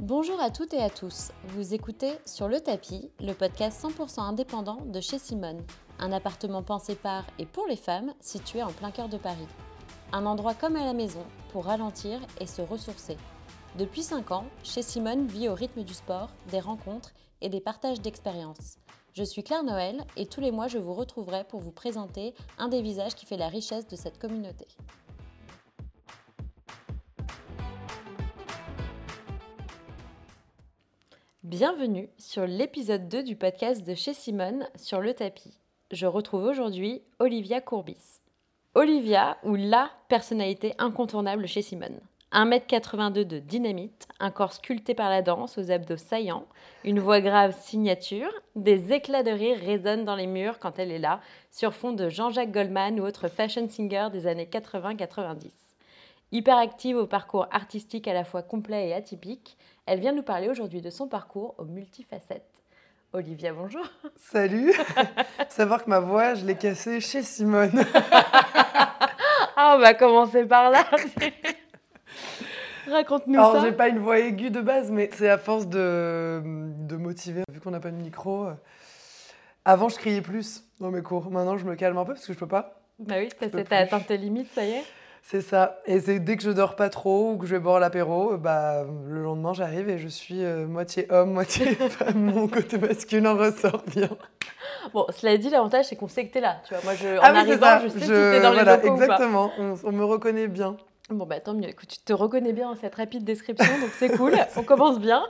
Bonjour à toutes et à tous. Vous écoutez Sur le tapis, le podcast 100% indépendant de chez Simone, un appartement pensé par et pour les femmes situé en plein cœur de Paris. Un endroit comme à la maison pour ralentir et se ressourcer. Depuis 5 ans, chez Simone vit au rythme du sport, des rencontres et des partages d'expériences. Je suis Claire Noël et tous les mois je vous retrouverai pour vous présenter un des visages qui fait la richesse de cette communauté. Bienvenue sur l'épisode 2 du podcast de chez Simone sur le tapis. Je retrouve aujourd'hui Olivia Courbis. Olivia ou la personnalité incontournable chez Simone. 1m82 de dynamite, un corps sculpté par la danse aux abdos saillants, une voix grave signature, des éclats de rire résonnent dans les murs quand elle est là, sur fond de Jean-Jacques Goldman ou autre fashion singer des années 80-90. Hyperactive au parcours artistique à la fois complet et atypique, elle vient nous parler aujourd'hui de son parcours aux multifacettes. Olivia, bonjour. Salut Savoir que ma voix, je l'ai cassée chez Simone. Ah, on va commencer par là. Raconte-nous Alors, ça. j'ai pas une voix aiguë de base, mais c'est à force de, de motiver, vu qu'on n'a pas de micro. euh, Avant, je criais plus dans mes cours. Maintenant, je me calme un peu parce que je peux pas. Bah oui, t'as peux t'as plus. atteint tes limites, ça y est. C'est ça. Et c'est dès que je dors pas trop ou que je vais boire l'apéro, euh, bah, le lendemain, j'arrive et je suis euh, moitié homme, moitié femme. Mon côté masculin ressort bien. Bon, cela dit, l'avantage, c'est qu'on sait que t'es là. Tu vois, moi, je, en Ah oui, c'est arrivant, ça. je sais si Je- t'es dans les voilà, locaux ou pas. Exactement. On, on me reconnaît bien. Bon, bah tant mieux. Écoute, tu te reconnais bien dans cette rapide description, donc c'est cool. On commence bien.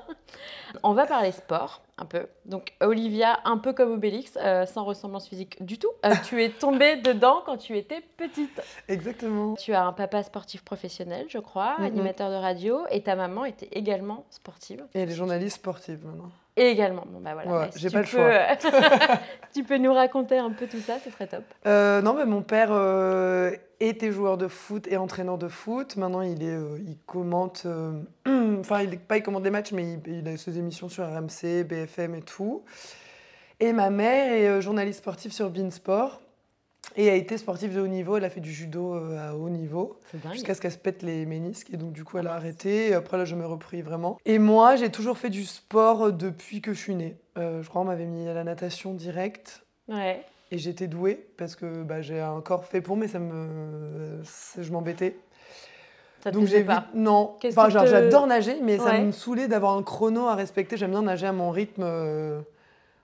On va parler sport, un peu. Donc, Olivia, un peu comme Obélix, euh, sans ressemblance physique du tout. euh, tu es tombée dedans quand tu étais petite. Exactement. Tu as un papa sportif professionnel, je crois, Mhm. animateur de radio, et ta maman était également sportive. Et les journalistes sportifs maintenant. Et également, bon bah voilà. Ouais, bah, si j'ai tu pas le peux, euh, tu peux nous raconter un peu tout ça, ce serait top. Euh, non, mais mon père euh, était joueur de foot et entraîneur de foot. Maintenant, il, est, euh, il commente. euh, Enfin, il, pas il commente des matchs, mais il, il a ses émissions sur RMC, BFM et tout. Et ma mère est euh, journaliste sportive sur Beansport et a été sportive de haut niveau. Elle a fait du judo euh, à haut niveau C'est dingue. jusqu'à ce qu'elle se pète les ménisques et donc du coup elle a Ah, arrêté et après là je me repris vraiment et moi j'ai toujours fait du sport euh, depuis que je suis née Euh, je crois on m'avait mis à la natation directe Ouais. et j'étais douée parce que bah, j'ai un corps fait pour, mais ça me. ça- je m'embêtais. Ça te Donc plaisait j'ai pas. vite- Non. Qu'est-ce Enfin, qui genre, te- j'adore nager, mais ça Ouais. me saoulait d'avoir un chrono à respecter. J'aime bien nager à mon rythme. euh,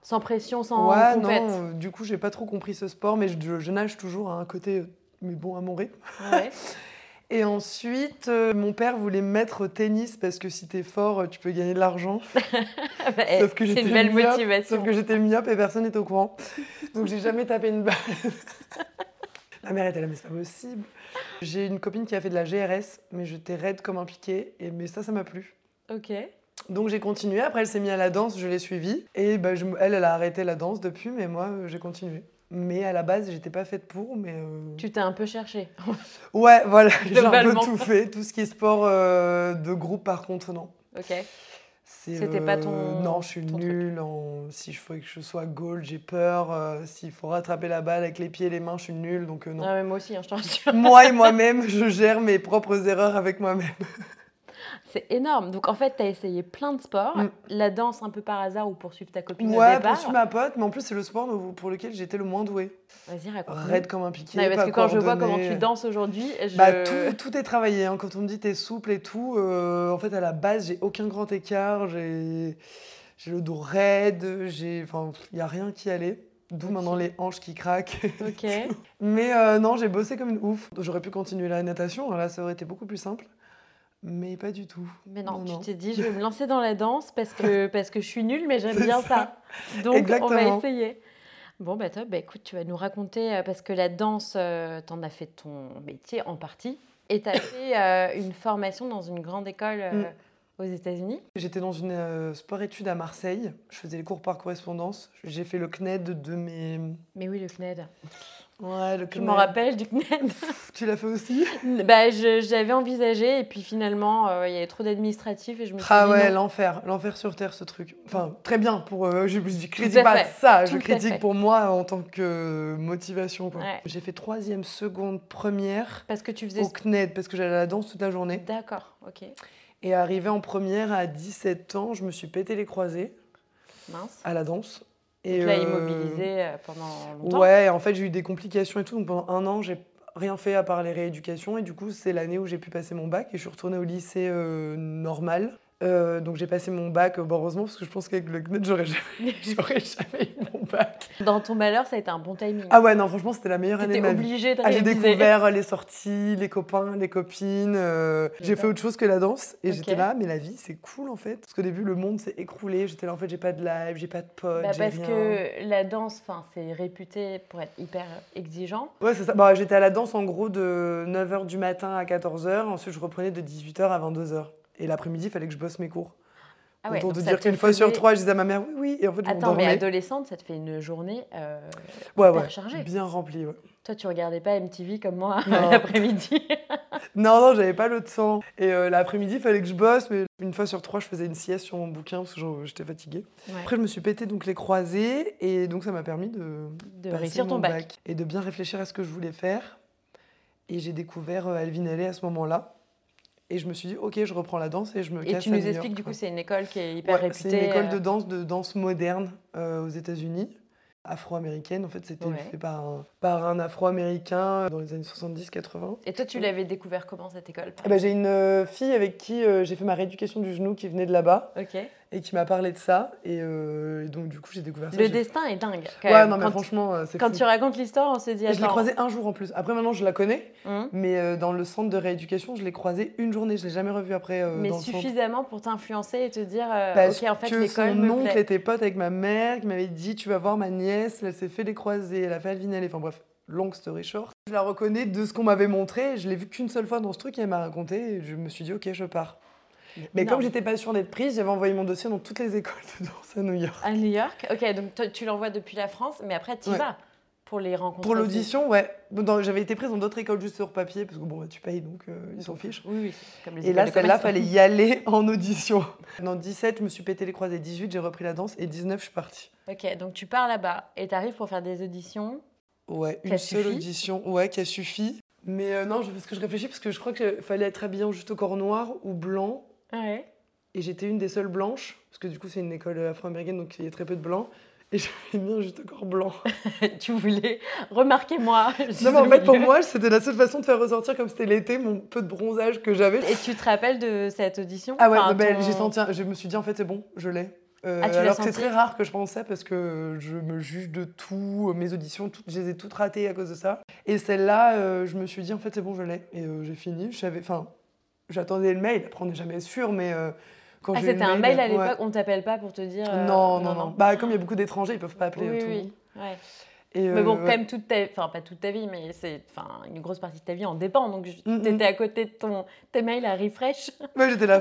Sans pression, sans ouais, compète. non. euh, Du coup, j'ai pas trop compris ce sport, mais je, je- je nage toujours à un côté, euh, mais bon, à mon rythme. Ouais. Et ensuite, euh, mon père voulait me mettre au tennis parce que si t'es fort, euh, tu peux gagner de l'argent. Ah bah, eh, Sauf que c'est j'étais une belle myope, motivation. Sauf que j'étais myope et personne n'était au courant. Donc j'ai jamais tapé une balle. La mère était là, mais c'est pas possible. J'ai une copine qui a fait de la GRS, mais j'étais raide comme un piquet. Et, mais ça, ça m'a plu. Ok. Donc j'ai continué. Après, elle s'est mise à la danse, je l'ai suivie. Et bah, je- elle, elle a arrêté la danse depuis, mais moi, euh, j'ai continué. Mais à la base, j'étais pas faite pour, mais. euh, Tu t'es un peu cherché. Ouais, voilà, j'ai un peu Globalement. tout fait. Tout ce qui est sport euh, de groupe, par contre, non. Ok. C'est, C'était pas ton- Non, je suis ton truc. nulle. En... Si je faut que je sois goal, j'ai peur. Euh, S'il faut rattraper la balle avec les pieds et les mains, je suis nulle. Donc euh, non. Ah, mais moi aussi, hein, je te rassure. moi et moi-même, je gère mes propres erreurs avec moi-même. C'est énorme. Donc en fait, t'as essayé plein de sports. Mm. La danse un peu par hasard ou poursuivre ta copine au Ouais, départ. je suis ma pote, mais en plus, c'est le sport pour lequel j'étais le moins douée. Vas-y, raconte. Raide comme un piquet. parce pas que quand je vois comment coordonnée. tu danses aujourd'hui, je... Bah, tout, tout est travaillé. hein. Quand on me dit t'es souple et tout, euh, en fait, à la base, j'ai aucun grand écart. J'ai j'ai le dos raide. j'ai- Enfin, il n'y a rien qui allait. D'où Ok. maintenant les hanches qui craquent. Ok. Mais euh, non, j'ai bossé comme une ouf. J'aurais pu continuer la natation. hein, Là, ça aurait été beaucoup plus simple. Mais pas du tout. Mais non, Non, tu non. t'es dit, je vais me lancer dans la danse parce que, parce que je suis nulle, mais j'aime C'est bien ça. ça. Donc, on va Exactement. essayer. Bon, bah top, bah, écoute, tu vas nous raconter, euh, parce que la danse, euh, t'en as fait ton métier en partie, et t'as fait euh, une formation dans une grande école euh, Mm. aux États-Unis. J'étais dans une euh, sport-études à Marseille. Je faisais les cours par correspondance. J'ai fait le CNED de mes. Mais oui, le E CNED. Ouais, le Je CNED. m'en rappelle du CNED. Tu l'as fait aussi bah, je- j'avais envisagé, et puis finalement, euh, il y avait trop d'administratifs, et je me suis Ah dit, ouais, non. l'enfer, l'enfer sur terre ce truc. Enfin, très bien pour euh, je, je Tout à critique pas fait, ça, tout je à fait. critique pour moi en tant que motivation quoi. Ouais. J'ai fait troisième, seconde, première parce que tu faisais... E au CNED parce que j'allais à la danse toute la journée D'accord, ok. Et arrivé en première à 17 ans, je me suis pété les croisés Mince. à la danse. Et Donc là, euh, immobilisé euh, pendant longtemps. Ouais, en fait, j'ai eu des complications et tout. Donc pendant un an, j'ai rien fait à part les rééducations. Et du coup, c'est l'année où j'ai pu passer mon bac et je suis retournée au lycée euh, normal. Euh, donc j'ai passé mon bac, euh, bon, heureusement, parce que je pense qu'avec le CNED, j'aurais jamais, j'aurais jamais eu mon bac. Dans ton malheur, ça a été un bon timing. Ah ouais, non, franchement, c'était la meilleure année de T'étais ma vie. obligé de Ah, j'ai réviser. découvert les sorties, les copains, les copines. euh, j'ai D'accord. fait autre chose que la danse et Ok. j'étais là, mais la vie c'est cool en fait. Parce qu'au début, le monde s'est écroulé. J'étais là, en fait, j'ai pas de live, j'ai pas de potes. Bah, euh, j'ai parce rien. que la danse, enfin, c'est réputé pour être hyper exigeant. Ouais, c'est ça. Bah, j'étais à la danse en gros de 9h du matin à 14h. Ensuite, je reprenais de 18h à 22h. Et l'après-midi, il fallait que je bosse mes cours. Ah ouais, Autant donc te ça dire te qu'une fois sur faisait- trois, je disais à ma mère oui, oui. Et en fait, je Attends, mais m'endormais. adolescente, ça te fait une journée. euh, Ouais, hyper ouais. chargée. Bien rempli, ouais. Toi, tu regardais pas MTV comme moi Non. l'après-midi. Non, non, j'avais pas le temps. Et euh, l'après-midi, il fallait que je bosse, mais une fois sur trois, je faisais une sieste sur mon bouquin parce que j'en- j'étais fatiguée. Ouais. Après, je me suis pété donc les croisés, et donc ça m'a permis de, De passer réussir mon ton bac. et de bien réfléchir à ce que je voulais faire. Et j'ai découvert euh, Alvin Ailey à ce moment-là, et je me suis dit, ok, je reprends la danse et je me Et casse tu à nous New expliques, York, du coup, quoi. c'est une école qui est hyper Ouais, réputée. C'est une école de euh, danse, de danse moderne euh, aux États-Unis, afro-américaine. En fait, c'était Ouais. fait par un, par un afro-américain euh, dans les années 70-80. Et toi, tu l'avais découvert comment cette école par Eh ben, j'ai une euh, fille avec qui euh, j'ai fait ma rééducation du genou qui venait de là-bas exemple Ok. et qui m'a parlé de ça. Et, euh, et donc, du coup, j'ai découvert ça. Le j'ai- destin est dingue. quand Ouais, même. non, mais quand franchement, euh, c'est quand fou. tu racontes l'histoire, on se dit. Et Je l'ai attends, croisée un jour en plus. Après, maintenant, je la connais, hein, mais euh, dans le centre de rééducation, je l'ai croisée une journée. Je l'ai jamais revue après euh, mais dans le centre. suffisamment pour t'influencer et te dire euh, Parce ok en fait que l'école son me oncle plaît. était pote avec ma mère, qui m'avait dit Tu vas voir ma nièce, elle s'est fait les croisés, elle a fait Alvin Ailey. Enfin bref, long story short. Je la reconnais de ce qu'on m'avait montré, je l'ai vue qu'une seule fois dans ce truc, et elle m'a raconté, et je me suis dit Ok, je pars. Mais Non. comme j'étais pas sûre d'être prise, j'avais envoyé mon dossier dans toutes les écoles de danse à New York. à New York, ok donc toi, tu l'envoies depuis la France, mais après tu Ouais. vas pour les rencontrer. Pour l'audition, ouais. Dans- J'avais été prise dans d'autres écoles juste sur papier, parce que bon, bah, tu payes, donc euh, ils s'en fichent. Oui oui. Comme les Et là, écoles de celle-là, commerce. fallait y aller en audition. Dans 17, je me suis pété les croisés. 18, j'ai repris la danse. Et 19, je suis partie. Ok donc tu pars là-bas et t'arrives pour faire des auditions. Ouais, Qui a une seule suffi audition, ouais, qui a suffi. Mais euh, non, je- parce que je réfléchis, parce que je crois qu'il fallait être habillé en juste au corps noir ou blanc. Ouais. Et j'étais une des seules blanches, parce que du coup, c'est une école afro-américaine, donc il y a très peu de blancs. Et j'avais mis un juste au corps blanc. tu voulais remarquez-moi. je suis Non, mais en au fait, pour milieu. moi, c'était la seule façon de faire ressortir, comme c'était l'été, mon peu de bronzage que j'avais. Et tu te rappelles de cette audition Ah ouais, Enfin, bah, ton- j'ai senti, un- je me suis dit, en fait, c'est bon, je l'ai. Euh, Ah, tu l'as alors que c'est senti très rare que je pense ça parce que je me juge de tout, mes auditions, toutes- je les ai toutes ratées à cause de ça. Et celle-là, euh, je me suis dit en fait c'est bon, je l'ai. Et euh, j'ai fini, je savais, enfin, j'attendais le mail, après on n'est jamais sûr, mais euh, quand Ah j'ai eu c'était un le mail à ouais. l'époque, on t'appelle pas pour te dire. euh, Non, non, non. Bah comme il y a beaucoup d'étrangers, ils peuvent pas appeler hein, Oui tout le oui. monde. Ouais. Et, Mais euh, bon, ouais. quand même toute ta, enfin pas toute ta vie, mais c'est, enfin une grosse partie de ta vie en dépend. Donc je- Mm, mm. t'étais à côté de ton tes mails à refresh, Ouais, j'étais là.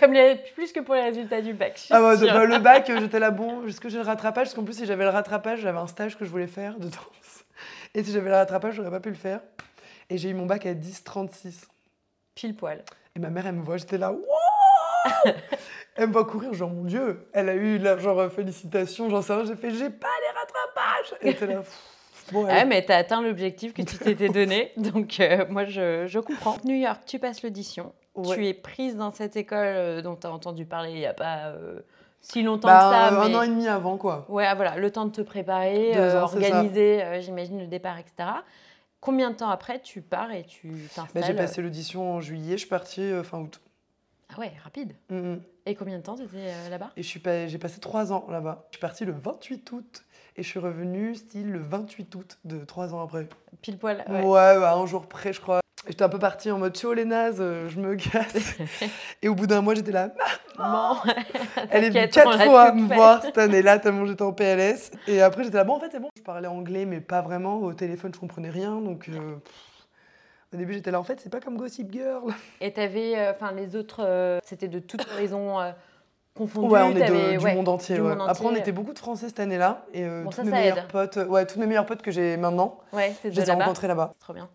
comme les plus que pour les résultats du bac. je suis Ah ouais, sûre. bah, le bac, euh, j'étais là, bon, est-ce que j'ai le rattrapage Parce qu'en plus, si j'avais le rattrapage, j'avais un stage que je voulais faire de danse. Et si j'avais le rattrapage, j'aurais pas pu le faire. Et j'ai eu mon bac à 10h36. Pile poil. Et ma mère, elle me voit, j'étais là, wow Elle me voit courir, genre, mon Dieu Elle a eu, là, genre, euh, félicitations, j'en sais rien, j'ai fait, j'ai pas les rattrapages Et elle était là, Pff, bon, Ouais, allez. Ah, mais t'as atteint l'objectif que tu t'étais donné, donc euh, moi je, je comprends. New York, tu passes l'audition, Ouais. tu es prise dans cette école euh, dont t'as entendu parler il y a pas euh, si longtemps Bah, que ça, euh, mais- un an et demi avant, quoi. Ouais, ah, voilà, le temps de te préparer, Deux euh, ans, c'est ça. organiser, euh, j'imagine, le départ, etc. Combien de temps après tu pars et tu Bah, t'installes euh, j'ai passé l'audition en juillet, je suis partie euh, fin août. Ah ouais, rapide. Mm, mm. Et combien de temps t'étais euh, là-bas Et je suis pas- j'ai passé trois ans là-bas. Je suis partie le 28 août et je suis revenue style le 28 août de trois ans après. Pile poil. Ouais, ouais. bah, un jour près, je crois. Et J'étais un peu partie en mode chaud les nazes, euh, je me casse. et au bout d'un mois, j'étais là. Bon. Elle est venue T'inquiète, on quatre l'a fois toute me faite. voir cette année-là, tellement j'étais en PLS. Et après, j'étais là, bon, en fait, c'est bon. Je parlais anglais, mais pas vraiment. Au téléphone, je comprenais rien. Donc, euh, pff. au début, j'étais là, en fait, c'est pas comme Gossip Girl. Et t'avais, enfin les autres, euh, c'était de toute horizon euh, confondu. Ouais, on est de- t'avais- du ouais. monde entier. du ouais. monde Après, on entier. était beaucoup de Français cette année-là. Et euh, Bon, tous ça, mes ça meilleurs aide. potes, ouais, tous mes meilleurs potes que j'ai maintenant, Ouais, c'est je de les ai là-bas. rencontrés là-bas. C'est trop bien.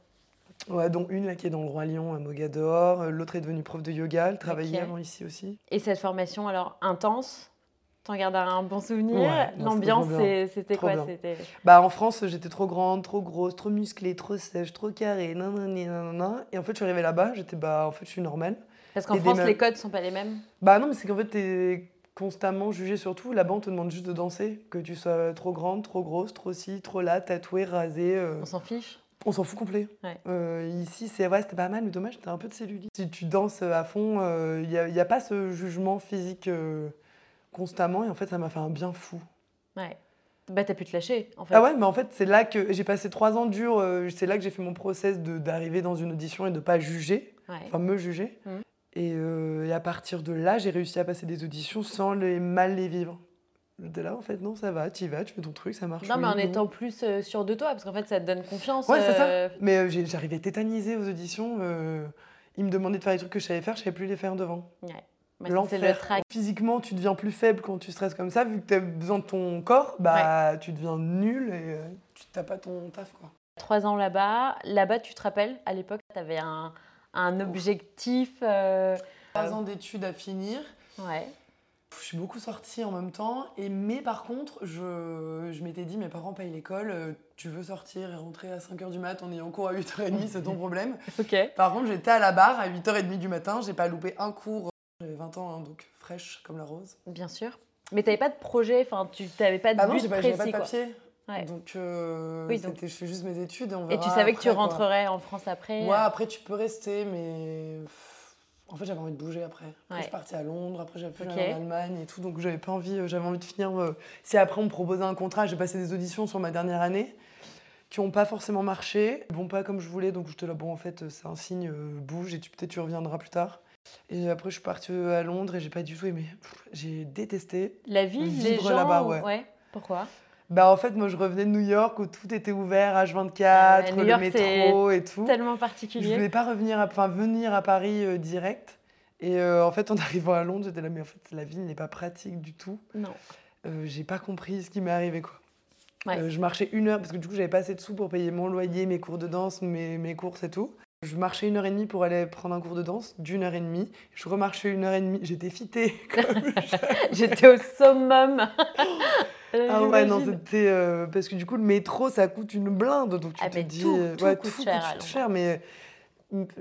Ouais, dont une là qui est dans le Roi Lion à Mogador, euh, l'autre est devenue prof de yoga, elle travaillait Ok. avant ici aussi. Et cette formation alors intense, t'en gardes un bon souvenir. Ouais, non, c'était L'ambiance, trop bien. c'est- c'était Trop quoi bien. C'était. Bah en France, j'étais trop grande, trop grosse, trop musclée, trop sèche, trop carrée, nanani, nanana. Et en fait, je suis arrivée là-bas, j'étais bah en fait, je suis normale. Parce qu'en Et des France, meufs. les codes sont pas les mêmes. Bah non, mais c'est qu'en fait, t'es constamment jugé sur tout. Là-bas, on te demande juste de danser. Que tu sois trop grande, trop grosse, trop ci, trop là, tatouée, rasée. euh, On s'en fiche. on s'en fout complet. Ouais. Euh, ici, c'est ouais, c'était pas mal, mais dommage, t'as un peu de cellulite. Si tu danses euh, à fond, il n'y a, y a pas ce jugement physique euh, constamment. Et en fait, ça m'a fait un bien fou. Ouais. Bah, t'as pu te lâcher, en fait. Ah ouais, mais en fait, c'est là que j'ai passé trois ans dur. euh, c'est là que j'ai fait mon process de- d'arriver dans une audition et de pas juger, Ouais. enfin me juger. Mhm. Et, euh, et à partir de là, j'ai réussi à passer des auditions sans les mal les vivre. T'es là, en fait, non, ça va, t'y vas, tu fais ton truc, ça marche. Non, mais oui, en étant plus euh, sûr de toi, parce qu'en fait, ça te donne confiance. Ouais, c'est ça. euh, Mais euh, j'ai- j'arrivais tétanisée aux auditions. euh, ils me demandaient de faire les trucs que je savais faire, je savais plus les faire devant. bah, ça, c'est le L'enfer. trac. Physiquement, tu deviens plus faible quand tu stresses comme ça. Vu que tu as besoin de ton corps, bah tu deviens nul et euh, tu t'as pas ton taf. quoi. Trois ans là-bas. Là-bas, tu te rappelles, à l'époque, t'avais un, un objectif. euh, Trois ans d'études à finir. Ouais. Je suis beaucoup sortie en même temps. Et, mais par contre, je, je m'étais dit, mes parents payent l'école, euh, tu veux sortir et rentrer à 5h du mat en ayant cours à 8h30, c'est ton problème. Ok. Par contre, j'étais à la barre à 8h30 du matin, j'ai pas loupé un cours. J'avais 20 ans, hein, donc fraîche comme la rose. Bien sûr. Mais t'avais pas de projet, enfin, tu t'avais pas de Bah non, but j'ai pas, j'avais précis. pas de quoi. papier. Ouais. Donc, euh, Oui, donc- c'était- je fais juste mes études et on verra. Et tu savais que tu après, quoi. rentrerais en France après. Ouais, après, tu peux rester, mais. pff, En fait, j'avais envie de bouger après. Après, Ouais. je suis partie à Londres, après, j'avais fait Ok. en Allemagne et tout, donc j'avais pas envie, euh, j'avais envie de finir. euh, Si après, on me proposait un contrat, j'ai passé des auditions sur ma dernière année qui ont pas forcément marché. Bon, pas comme je voulais, donc j'étais là, bon, en fait, c'est un signe, euh, bouge et tu- peut-être tu reviendras plus tard. Et après, je suis partie euh, à Londres et j'ai pas du tout aimé. Pff, J'ai détesté. La ville, les Vivre gens. là-bas, ouais. Pourquoi Bah en fait, moi je revenais de New York où tout était ouvert, H24, Ah, New le York, métro et tout. Tellement Je particulier. voulais pas revenir à, enfin, venir à Paris euh, direct. Et euh, en fait, en arrivant à Londres, j'étais là, mais en fait, la ville n'est pas pratique du tout. Non. Euh, j'ai pas compris ce qui m'est arrivé quoi. Ouais. Euh, je marchais une heure parce que du coup j'avais pas assez de sous pour payer mon loyer, mes cours de danse, mes, mes courses et tout. Je marchais une heure et demie pour aller prendre un cours de danse d'une heure et demie. Je remarchais une heure et demie. J'étais fitée. J'étais au summum. Ah ouais, non, J'imagine. c'était. euh, parce que du coup, le métro, ça coûte une blinde. Donc tu Ah, te mais dis. tout- euh, tout ouais, coûte cher à Londres. cher, mais. euh,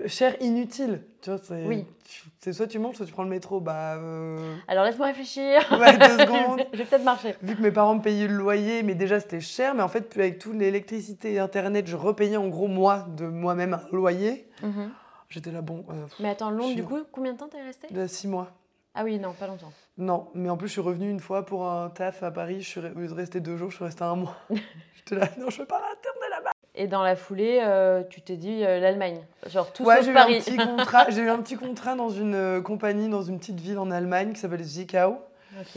Cher inutile. Tu vois, c'est. Oui. tu- C'est soit tu manges, soit tu prends le métro. Bah. euh, Alors laisse-moi réfléchir. ouais, deux Je secondes. vais- je vais peut-être marcher. Vu que mes parents me payaient le loyer, mais déjà c'était cher, mais en fait, puis avec toute l'électricité et internet, je repayais en gros moi, de moi-même, un loyer. Mhm. J'étais là, bon, euh, Mais attends, Londres, du Chiant. coup, combien de temps t'es resté là, six mois. Ah oui, non, pas longtemps. Non, mais en plus, je suis revenue une fois pour un taf à Paris, je suis, re- au lieu de rester deux jours, je suis restée un mois. J'étais là, non, je veux pas retourner là-bas. Et dans la foulée, euh, tu t'es dit euh, l'Allemagne. Genre tout Ouais, sauf j'ai eu, un Paris. petit contrat, j'ai eu un petit contrat dans une euh, compagnie, dans une petite ville en Allemagne qui s'appelle Zwickau. Ok.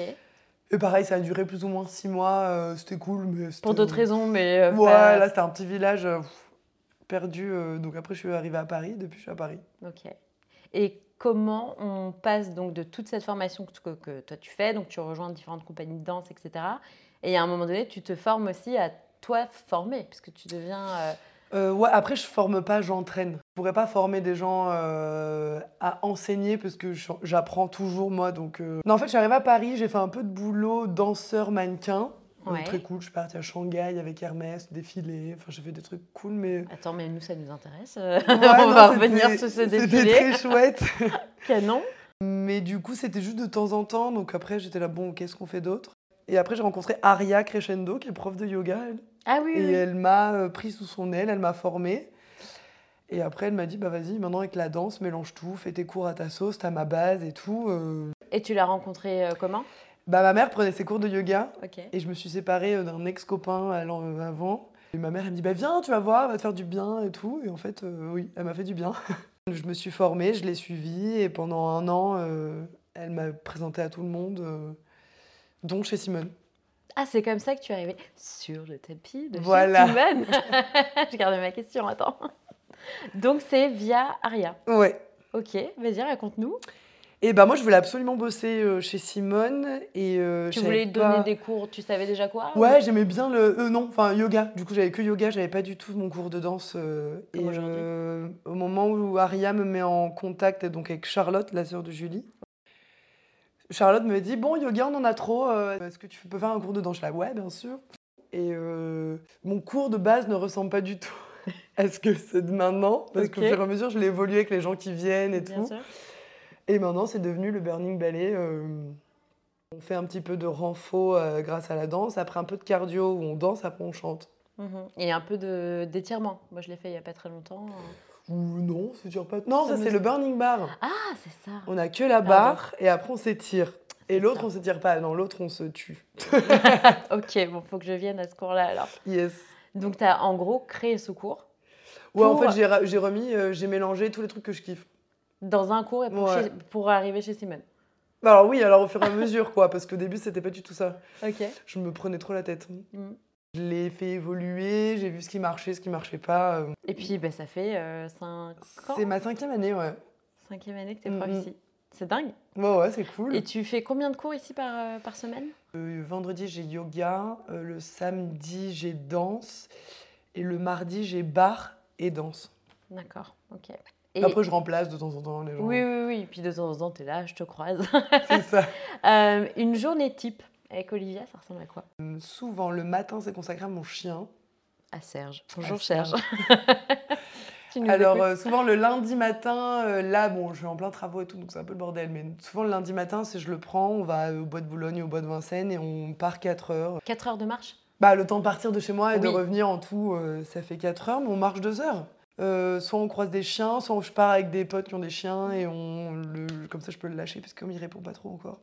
Et pareil, ça a duré plus ou moins six mois, euh, c'était cool, mais c'était- Pour d'autres raisons, mais. euh, Ouais, pas- là, c'était un petit village euh, pff, perdu. euh, donc après, je suis arrivée à Paris. Depuis, je suis à Paris. Ok. Et comment on passe donc de toute cette formation que, que- que toi tu fais, donc tu rejoins différentes compagnies de danse, etc. Et à un moment donné, tu te formes aussi à toi former, puisque tu deviens. euh, Euh, ouais, après, je forme pas, j'entraîne. Je pourrais pas former des gens euh, à enseigner parce que je- j'apprends toujours, moi. Donc, euh. Non, en fait, je suis arrivée à Paris. J'ai fait un peu de boulot danseur mannequin. Donc, Ouais. très cool. Je suis partie à Shanghai avec Hermès, défilé. Enfin, j'ai fait des trucs cool, mais. Attends, mais nous, ça nous intéresse. euh, Ouais, on non, va c'était- revenir sur ce C'était défilé. très chouette. Canon. Mais du coup, c'était juste de temps en temps. Donc après, j'étais là, bon, qu'est-ce qu'on fait d'autre Et après, j'ai rencontré Aria Crescendo, qui est prof de yoga. elle. Ah oui, Et oui. elle m'a euh, pris sous son aile, elle m'a formée. Et après, elle m'a dit, bah vas-y, maintenant avec la danse, mélange tout, fais tes cours à ta sauce, t'as ma base et tout. euh. Et tu l'as rencontré euh, comment Bah ma mère prenait ses cours de yoga. Ok. Et je me suis séparée euh, d'un ex-copain à l'an- euh, avant. Et ma mère, elle me dit, bah viens, tu vas voir, va te faire du bien et tout. Et en fait, euh, oui, elle m'a fait du bien. je me suis formée, je l'ai suivie. Et pendant un an, euh, elle m'a présenté à tout le monde, euh, dont chez Simone. Ah, c'est comme ça que tu es arrivée sur le tapis de voilà. Voilà. Je gardais ma question, attends. Donc c'est via Aria. Ouais. Ok, vas-y, raconte-nous. Et bah moi, je voulais absolument bosser euh, chez Simone. Et, euh, Tu je savais voulais pas- donner des cours, tu savais déjà quoi ou- Ouais, j'aimais bien le. euh, non, enfin yoga. Du coup, j'avais que yoga, j'avais pas du tout mon cours de danse. euh, Comme et aujourd'hui. euh, au moment où Aria me met en contact donc avec Charlotte, la sœur de Julie, Charlotte me dit Bon, yoga, on en a trop. euh, Est-ce que tu peux faire un cours de danse Je suis là, ouais, bien sûr. Et euh, mon cours de base ne ressemble pas du tout à ce que c'est de maintenant. Parce qu'au Ok. fur et à mesure, je l'ai évolué avec les gens qui viennent et Bien tout. sûr. Et maintenant, c'est devenu le Burning Ballet. euh, on fait un petit peu de renfort euh, grâce à la danse, après un peu de cardio où on danse, après on chante. Mhm. Et un peu de- d'étirement. Moi, je l'ai fait il n'y a pas très longtemps. Ou non, c'est dur pas. Non, Ça me ça, c'est dit- le Burning Bar. Ah, c'est ça. On a que la Pardon. barre et après on s'étire. C'est Et l'autre, ça. on s'étire pas. Non, l'autre, on se tue. Ok, bon, faut que je vienne à ce cours-là alors. Yes. Donc, tu as en gros créé ce cours Ouais, en Pour- fait, j'ai ra- j'ai remis, euh, j'ai mélangé tous les trucs que je kiffe. dans un cours et pour, Ouais. chez- pour arriver chez Simone. Bah Alors oui, alors au fur et à mesure, quoi, parce qu'au début, c'était pas du tout ça. Ok. Je me prenais trop la tête. Mhm. Je l'ai fait évoluer, j'ai vu ce qui marchait, ce qui marchait pas. euh. Et puis, ben, ça fait 5 ans. C'est ma cinquième année, ouais. Cinquième année que tu es Mhm. prof ici. C'est dingue. Ouais, ouais, c'est cool. Et tu fais combien de cours ici par, euh, par semaine Euh, vendredi, j'ai yoga. euh, le samedi, j'ai danse. Et le mardi, j'ai bar et danse. D'accord, ok. Et- Après, je remplace de temps en temps les gens. Oui, oui, oui. Puis de temps en temps, t'es là, je te croise. C'est ça. Euh, une journée type avec Olivia, ça ressemble à quoi Euh, Souvent, le matin, c'est consacré à mon chien. À Serge. Bonjour Serge. Serge. Tu nous Alors, écoutes euh, souvent, le lundi matin, euh, là, bon, je suis en plein travaux et tout, donc c'est un peu le bordel. Mais souvent, le lundi matin, si je le prends, on va au bois de Boulogne, au bois de Vincennes et on part 4 heures. 4 heures de marche Bah, le temps de partir de chez moi et de Oui. revenir en tout, euh, ça fait 4 heures, mais on marche 2 heures. Euh, soit on croise des chiens, soit je pars avec des potes qui ont des chiens et on le, comme ça je peux le lâcher parce que comme il répond pas trop encore,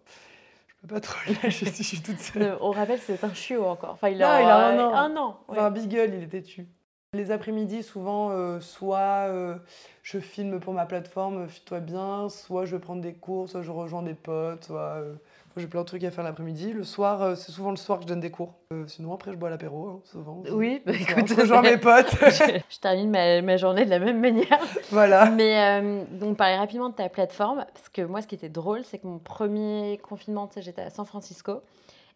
je peux pas trop le lâcher si je suis toute seule. Euh, On rappelle, c'est un chiot encore. Enfin, il Non, a, il a un an. an, ouais. Enfin, un beagle, il est têtu. Les après-midi, souvent, euh, soit euh, je filme pour ma plateforme, euh, file-toi bien, soit je vais prendre des cours, soit je rejoins des potes, soit euh, enfin, j'ai plein de trucs à faire l'après-midi. Le soir, euh, c'est souvent le soir que je donne des cours. Euh, sinon, après, je bois l'apéro, hein, souvent. aussi. Oui, bah, Souvent, écoute, je rejoins mes potes. je, je termine ma, ma journée de la même manière. voilà. Mais euh, donc, parler rapidement de ta plateforme, parce que moi, ce qui était drôle, c'est que mon premier confinement, tu sais, j'étais à San Francisco.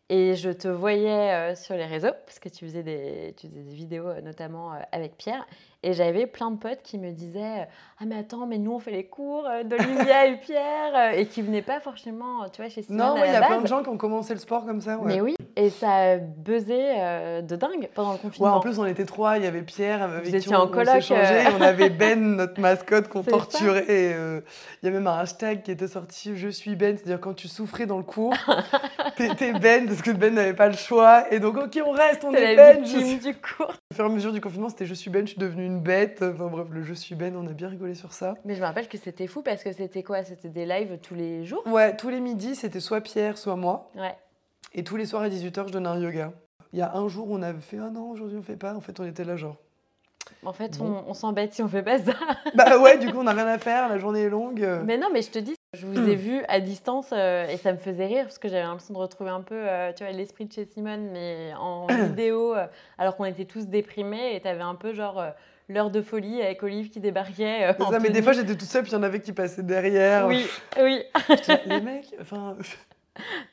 Et je te voyais euh, sur les réseaux, parce que tu faisais des, tu faisais des vidéos, euh, notamment euh, avec Pierre. Et j'avais plein de potes qui me disaient euh, Ah, mais attends, mais nous, on fait les cours euh, d'Olivia et Pierre, euh, et qui venaient pas forcément, euh, tu vois, chez Simone. Non, à ouais, il y la a base. plein de gens qui ont commencé le sport comme ça. Ouais. Mais oui, et ça a buzzé euh, de dingue pendant le Ouais, confinement. en plus, on était trois. Il y avait Pierre avec Vous qui étiez on, en on coloc, s'échangeait, euh. et On avait Ben, notre mascotte, qu'on C'est ça. torturait. et, euh, Il y a même un hashtag qui était sorti Je suis Ben. C'est-à-dire, quand tu souffrais dans le cours, t'étais Ben parce que Ben n'avait pas le choix. Et donc, OK, on reste, on C'était est la Ben. je victime suis- du cours. Au fur et à mesure du confinement, c'était Je suis Ben, je suis devenue une bête. Enfin bref, le Je suis Ben, on a bien rigolé sur ça. Mais je me rappelle que c'était fou parce que c'était quoi C'était des lives tous les jours Ouais, tous les midis, c'était soit Pierre, soit moi. Ouais. Et tous les soirs à 18h, je donnais un yoga. Il y a un jour, on avait fait Ah non, aujourd'hui, on fait pas. En fait, on était là, genre. En fait, Bon. on, on s'embête si on fait pas ça. Bah ouais, du coup, on n'a rien à faire, la journée est longue. euh. Mais non, mais je te dis, je vous ai vu à distance euh, et ça me faisait rire parce que j'avais l'impression de retrouver un peu, euh, tu vois, l'esprit de chez Simone, mais en vidéo, euh, alors qu'on était tous déprimés et t'avais un peu genre euh, l'heure de folie avec Olive qui débarquait. euh, C'est en ça, mais des tenue. fois, j'étais toute seule, puis il y en avait qui passaient derrière. Oui, oui. J'étais là, Les mecs, enfin.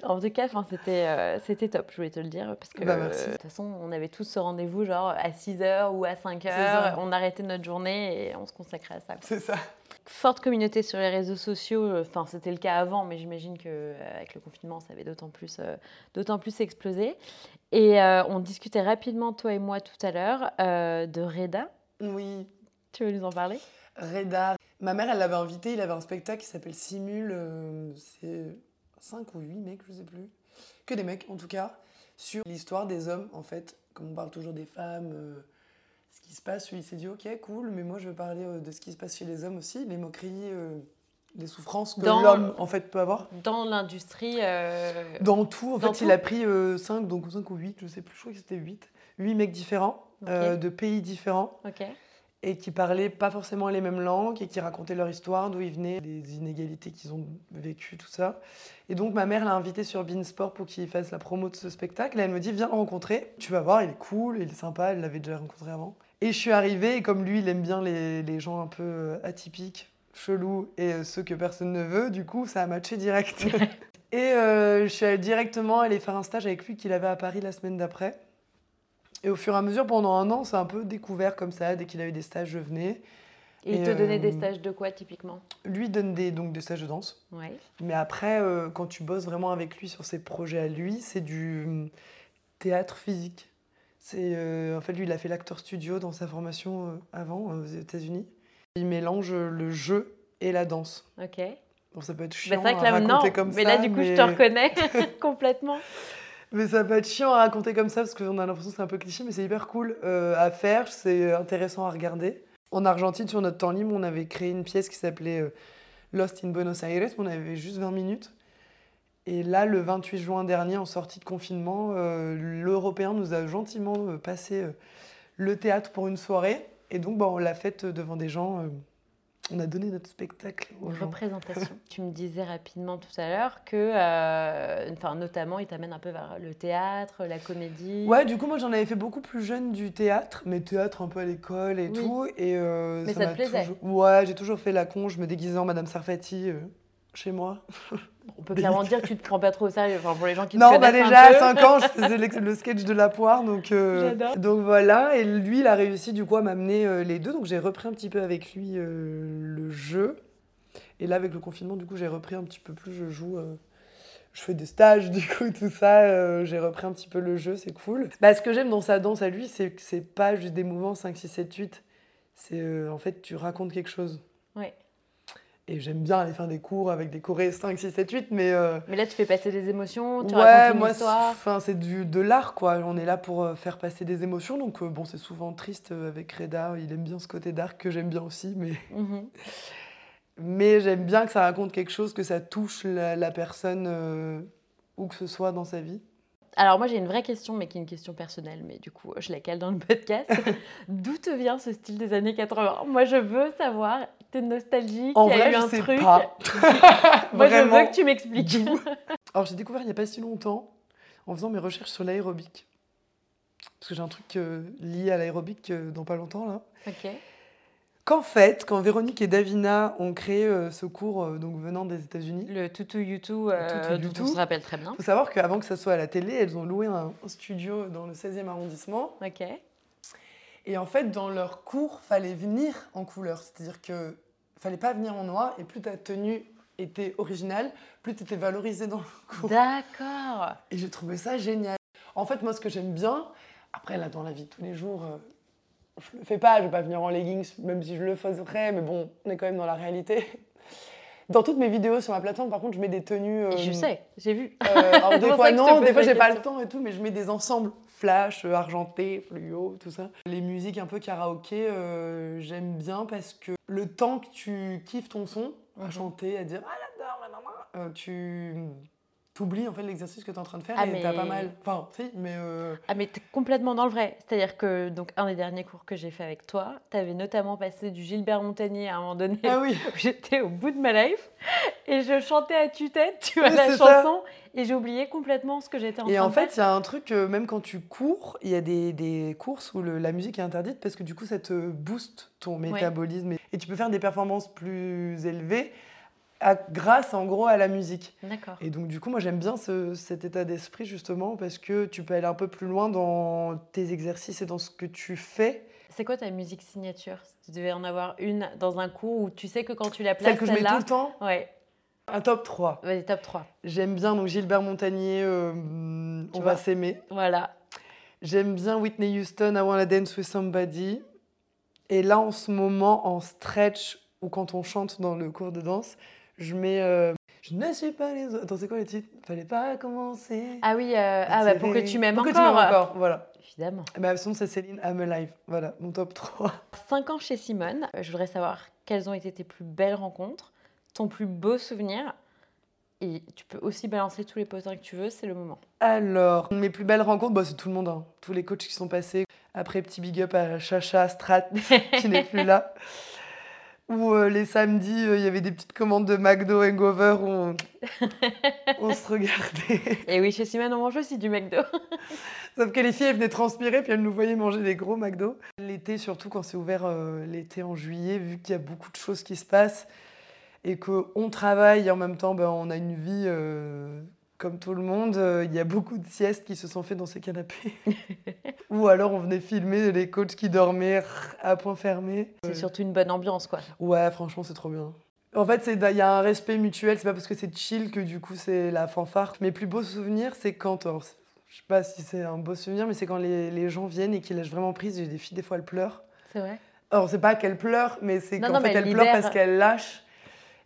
En tout cas, enfin, c'était euh, c'était top, je voulais te le dire. Parce que Bah, merci. euh, de toute façon, on avait tous ce rendez-vous genre à 6h ou à 5h. ça. On arrêtait notre journée et on se consacrait à ça. C'est ça. Forte communauté sur les réseaux sociaux, euh, enfin c'était le cas avant, mais j'imagine qu'avec le confinement, ça avait d'autant plus, euh, d'autant plus explosé. Et euh, on discutait rapidement, toi et moi, tout à l'heure, euh, de Reda. Oui. Tu veux nous en parler Reda. Ma mère, elle l'avait invité, il avait un spectacle qui s'appelle Simule. euh, c'est 5 ou 8 mecs, je sais plus. Que des mecs, en tout cas, sur l'histoire des hommes, en fait. Comme on parle toujours des femmes, euh, ce qui se passe, lui, il s'est dit, ok, cool, mais moi, je veux parler euh, de ce qui se passe chez les hommes aussi, les moqueries, euh, les souffrances que Dans- l'homme, en fait, peut avoir. Dans l'industrie. euh, Dans tout, en Dans fait, tout il a pris 5, donc 5 ou 8, je sais plus, je crois que c'était 8. 8 mecs différents, Ok. euh, de pays différents, Ok. et qui parlaient pas forcément les mêmes langues, et qui racontaient leur histoire, d'où ils venaient, les inégalités qu'ils ont vécues, tout ça. Et donc, ma mère l'a invité sur Beansport pour qu'il fasse la promo de ce spectacle. Et elle me dit, viens le rencontrer, tu vas voir, il est cool, il est sympa, elle l'avait déjà rencontré avant. Et je suis arrivée, et comme lui, il aime bien les, les gens un peu euh, atypiques, chelous, et euh, ceux que personne ne veut, du coup, ça a matché direct. Et euh, je suis allée directement aller faire un stage avec lui qu'il avait à Paris la semaine d'après. Et au fur et à mesure, pendant un an, c'est un peu découvert comme ça. Dès qu'il avait des stages, je venais. Et il Et, te donnait des euh, stages de quoi typiquement Lui donne des, donc des stages de danse. Ouais. Mais après, euh, quand tu bosses vraiment avec lui sur ses projets à lui, c'est du hum, théâtre physique. C'est euh, en fait lui, il a fait l'acteur studio dans sa formation euh, avant euh, aux États-Unis. Il mélange le jeu et la danse. Ok. Bon, ça peut être Bah, chiant c'est vrai que à là, raconter non. comme mais ça. là, du coup, je te reconnais complètement. Mais ça peut être chiant à raconter comme ça parce qu'on a l'impression que c'est un peu cliché, mais c'est hyper cool euh, à faire, c'est intéressant à regarder. En Argentine, sur notre temps libre, on avait créé une pièce qui s'appelait euh, Lost in Buenos Aires, mais on avait juste 20 minutes. Et là, le 28 juin dernier, en sortie de confinement, euh, l'Européen nous a gentiment euh, passé euh, le théâtre pour une soirée. Et donc, bah, on l'a faite devant des gens. euh, on a donné notre spectacle aux gens. Représentation. tu me disais rapidement tout à l'heure que, euh, enfin, notamment, il t'amène un peu vers le théâtre, la comédie. Ouais, du coup, moi j'en avais fait beaucoup plus jeune du théâtre, mais théâtre un peu à l'école et Oui. tout. Et, euh, Mais ça te m'a plaisait toujours- Ouais, j'ai toujours fait la con, je me déguisais en Madame Sarfati euh, chez moi. On peut clairement dire que tu te prends pas trop au sérieux. Enfin, pour les gens qui te non, bah connaissent un déjà à peu. 5 ans, je faisais l'ex- le sketch de la poire, donc, euh, J'adore. donc voilà. Et lui, il a réussi du coup à m'amener euh, les deux, donc j'ai repris un petit peu avec lui euh, le jeu. Et là, avec le confinement, du coup, j'ai repris un petit peu plus, je joue. euh, je fais des stages, du coup, tout ça. euh, j'ai repris un petit peu le jeu, c'est cool. Bah, ce que j'aime dans sa danse à lui, c'est que c'est pas juste des mouvements 5, 6, 7, 8. C'est euh, en fait, tu racontes quelque chose. Ouais. Et j'aime bien aller faire des cours avec des chorés 5, 6, 7, 8, mais. euh, Mais là, tu fais passer des émotions, tu ouais, racontes une moi, c'est- histoire. enfin, c'est du de l'art, quoi. On est là pour euh, faire passer des émotions, donc euh, bon, c'est souvent triste euh, avec Reda. Il aime bien ce côté d'art que j'aime bien aussi, mais Mhm. mais j'aime bien que ça raconte quelque chose, que ça touche la, la personne euh, où que ce soit dans sa vie. Alors moi j'ai une vraie question, mais qui est une question personnelle, mais du coup je la cale dans le podcast. D'où te vient ce style des années 80 Moi je veux savoir, t'es nostalgique, En il y a vrai, eu je un sais truc. pas. Moi je veux Vraiment. que tu m'expliques. Alors j'ai découvert il n'y a pas si longtemps, en faisant mes recherches sur l'aérobic, parce que j'ai un truc euh, lié à l'aérobic euh, dans pas longtemps là. ok. Qu'en fait, quand Véronique et Davina ont créé euh, ce cours, euh, donc venant des États-Unis, Le toutou youtou, euh, toutou dont youtou. on se rappelle très bien. Il faut savoir qu'avant que ça soit à la télé, elles ont loué un un studio dans le 16e arrondissement. Ok. Et en fait, dans leur cours, fallait venir en couleur. C'est-à-dire que fallait pas venir en noir. Et plus ta tenue était originale, plus tu étais valorisée dans le cours. D'accord. Et j'ai trouvé ça génial. En fait, moi, ce que j'aime bien, après, là, dans la vie de tous les jours, euh, je le fais pas, je vais pas venir en leggings, même si je le ferais, mais bon, on est quand même dans la réalité. Dans toutes mes vidéos sur ma plateforme, par contre, je mets des tenues. Et je euh, sais, j'ai vu. euh, alors C'est des pour fois ça que je te non, pose des fois la j'ai pas le question. temps et tout, mais je mets des ensembles flash, euh, argenté, fluo, tout ça. Les musiques un peu karaoké, euh, j'aime bien parce que le temps que tu kiffes ton son, à Mhm. chanter, à dire ah j'adore, nanana, euh, tu t'oublies en fait l'exercice que tu es en train de faire Ah, et t'as mais- pas mal. Enfin, si, mais euh, Ah mais t'es complètement dans le vrai. C'est-à-dire que donc un des derniers cours que j'ai fait avec toi, t'avais notamment passé du Gilbert Montagnier à un moment donné. ah oui. J'étais au bout de ma life et je chantais à tue-tête, tu vois, Oui, la c'est chanson. ça. Et j'ai oublié complètement ce que j'étais en Et train en de fait, faire. il y a un truc, euh, même quand tu cours, il y a des, des courses où le- la musique est interdite parce que du coup, ça te booste ton métabolisme. Et tu peux faire des performances plus élevées à- grâce, en gros, à la musique. D'accord. Et donc, du coup, moi, j'aime bien ce- cet état d'esprit, justement, parce que tu peux aller un peu plus loin dans tes exercices et dans ce que tu fais. C'est quoi ta musique signature Si Tu devais en avoir une dans un cours où tu sais que quand tu la places, Celle que je mets tout là le temps, Ouais, un top 3. vas-y, top 3. J'aime bien donc Gilbert Montagnier, euh, On vois. va s'aimer. Voilà. J'aime bien Whitney Houston, I Wanna Dance With Somebody. Et là, en ce moment, en stretch ou quand on chante dans le cours de danse, je mets... euh, je ne suis pas les autres... Attends, c'est quoi le titre Fallait pas commencer. Ah oui, euh, ah bah pour que tu m'aimes Pour encore. que tu m'aimes encore, voilà. Évidemment. Bah, sinon, c'est Céline, I'm Alive. Voilà, mon top 3. 5 ans chez Simone, euh, je voudrais savoir quelles ont été tes plus belles rencontres, ton plus beau souvenir. Et tu peux aussi balancer tous les potins que tu veux, c'est le moment. Alors, mes plus belles rencontres, bah, c'est tout le monde, hein. tous les coachs qui sont passés. Après, petit big up à Chacha Strat, qui n'est plus là. Ou euh, les samedis, euh, il y avait des petites commandes de McDo Hangover où on, on se regardait. Et oui, chez Simone, on mange aussi du McDo. Sauf que les filles, elles venaient transpirer, puis elles nous voyaient manger des gros McDo. L'été, surtout quand c'est ouvert euh, l'été en juillet, vu qu'il y a beaucoup de choses qui se passent et qu'on travaille et en même temps, ben, on a une vie euh, comme tout le monde. euh, Il y a beaucoup de siestes qui se sont faites dans ces canapés. Ou alors on venait filmer les coachs qui dormaient à point fermé. C'est Euh, surtout une bonne ambiance, quoi. Ouais, franchement, c'est trop bien. En fait, c'est- il y a un respect mutuel. C'est pas parce que c'est chill que du coup c'est la fanfare. Mes plus beaux souvenirs, c'est quand. alors, c'est- je sais pas si c'est un beau souvenir, mais c'est quand les, les gens viennent et qu'ils lâchent vraiment prise. J'ai des filles, des fois, elles pleurent. C'est vrai. Alors, c'est pas qu'elles pleurent, mais c'est Non, qu'en non, fait, mais elles elles pleurent libèrent. parce qu'elles lâchent.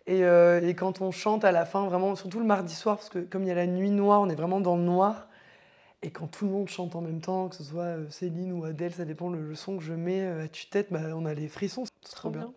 Et, euh, et quand on chante à la fin, vraiment, surtout le mardi soir, parce que comme il y a la nuit noire, on est vraiment dans le noir. Et quand tout le monde chante en même temps, que ce soit euh, Céline ou Adèle, ça dépend le, le son que je mets euh, à tue-tête, bah, on a les frissons, c'est trop bien.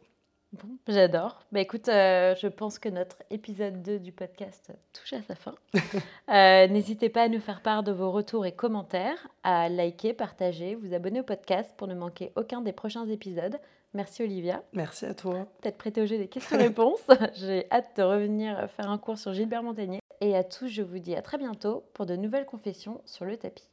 Bon, j'adore. Bah écoute, euh, je pense que notre épisode 2 du podcast touche à sa fin. Euh, N'hésitez pas à nous faire part de vos retours et commentaires, à liker, partager, vous abonner au podcast pour ne manquer aucun des prochains épisodes. Merci Olivia. Merci à toi. Peut-être prêté au jeu des questions-réponses. J'ai hâte de revenir faire un cours sur Gilbert Montagnier. Et à tous, je vous dis à très bientôt pour de nouvelles confessions sur le tapis.